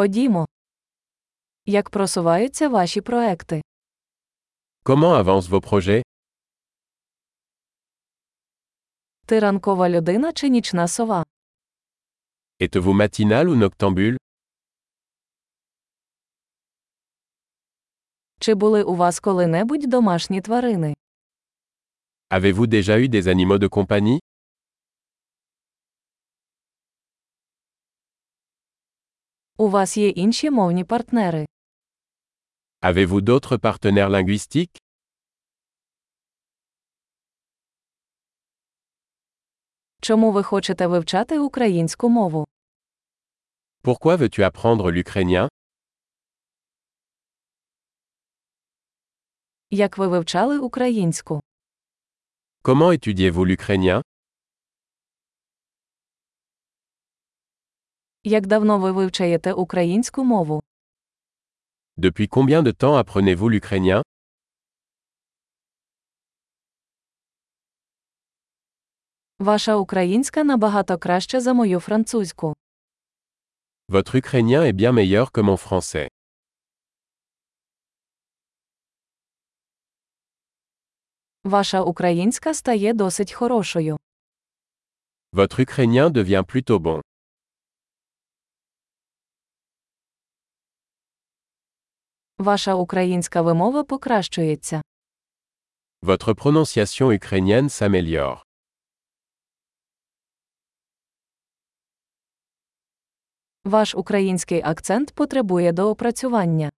Ходімо. Як просуваються ваші проекти? Comment avancent vos projets Ти ранкова людина чи нічна сова? Êtes-vous matinal ou noctambule Чи були у вас коли-небудь домашні тварини? Avez-vous déjà eu des animaux de compagnie У вас є інші мовні партнери? Avez-vous d'autres partenaires linguistiques Чому ви хочете вивчати українську мову? Pourquoi veux-tu apprendre l'ukrainien Як ви вивчали українську? Comment étudiez-vous l'ukrainien Як давно ви вивчаєте українську мову? Depuis combien de temps apprenez-vous l'ukrainien Ваша українська набагато краще за мою французьку. Votre ukrainien est bien meilleur que mon français. Ваша українська стає досить хорошою. Votre ukrainien devient plutôt bon. Ваша українська вимова покращується. Votre prononciation ukrainienne s'améliore. Ваш український акцент потребує доопрацювання.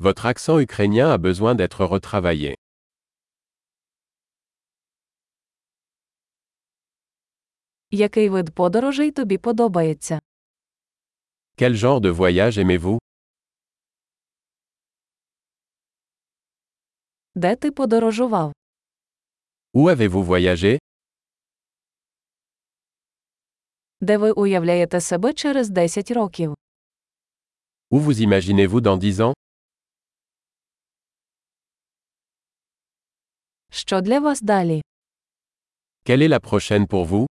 Votre accent ukrainien a besoin d'être retravaillé. Який вид подорожей тобі подобається? Quel genre de voyage aimez-vous Де ти подорожував? Où avez-vous voyagé Де ви уявляєте себе через 10 років? Où vous imaginez-vous dans 10 ans Що для вас далі? Quelle est la prochaine pour vous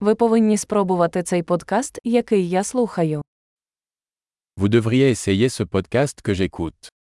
Ви повинні спробувати цей подкаст, який я слухаю. Vous devriez essayer ce podcast que j'écoute.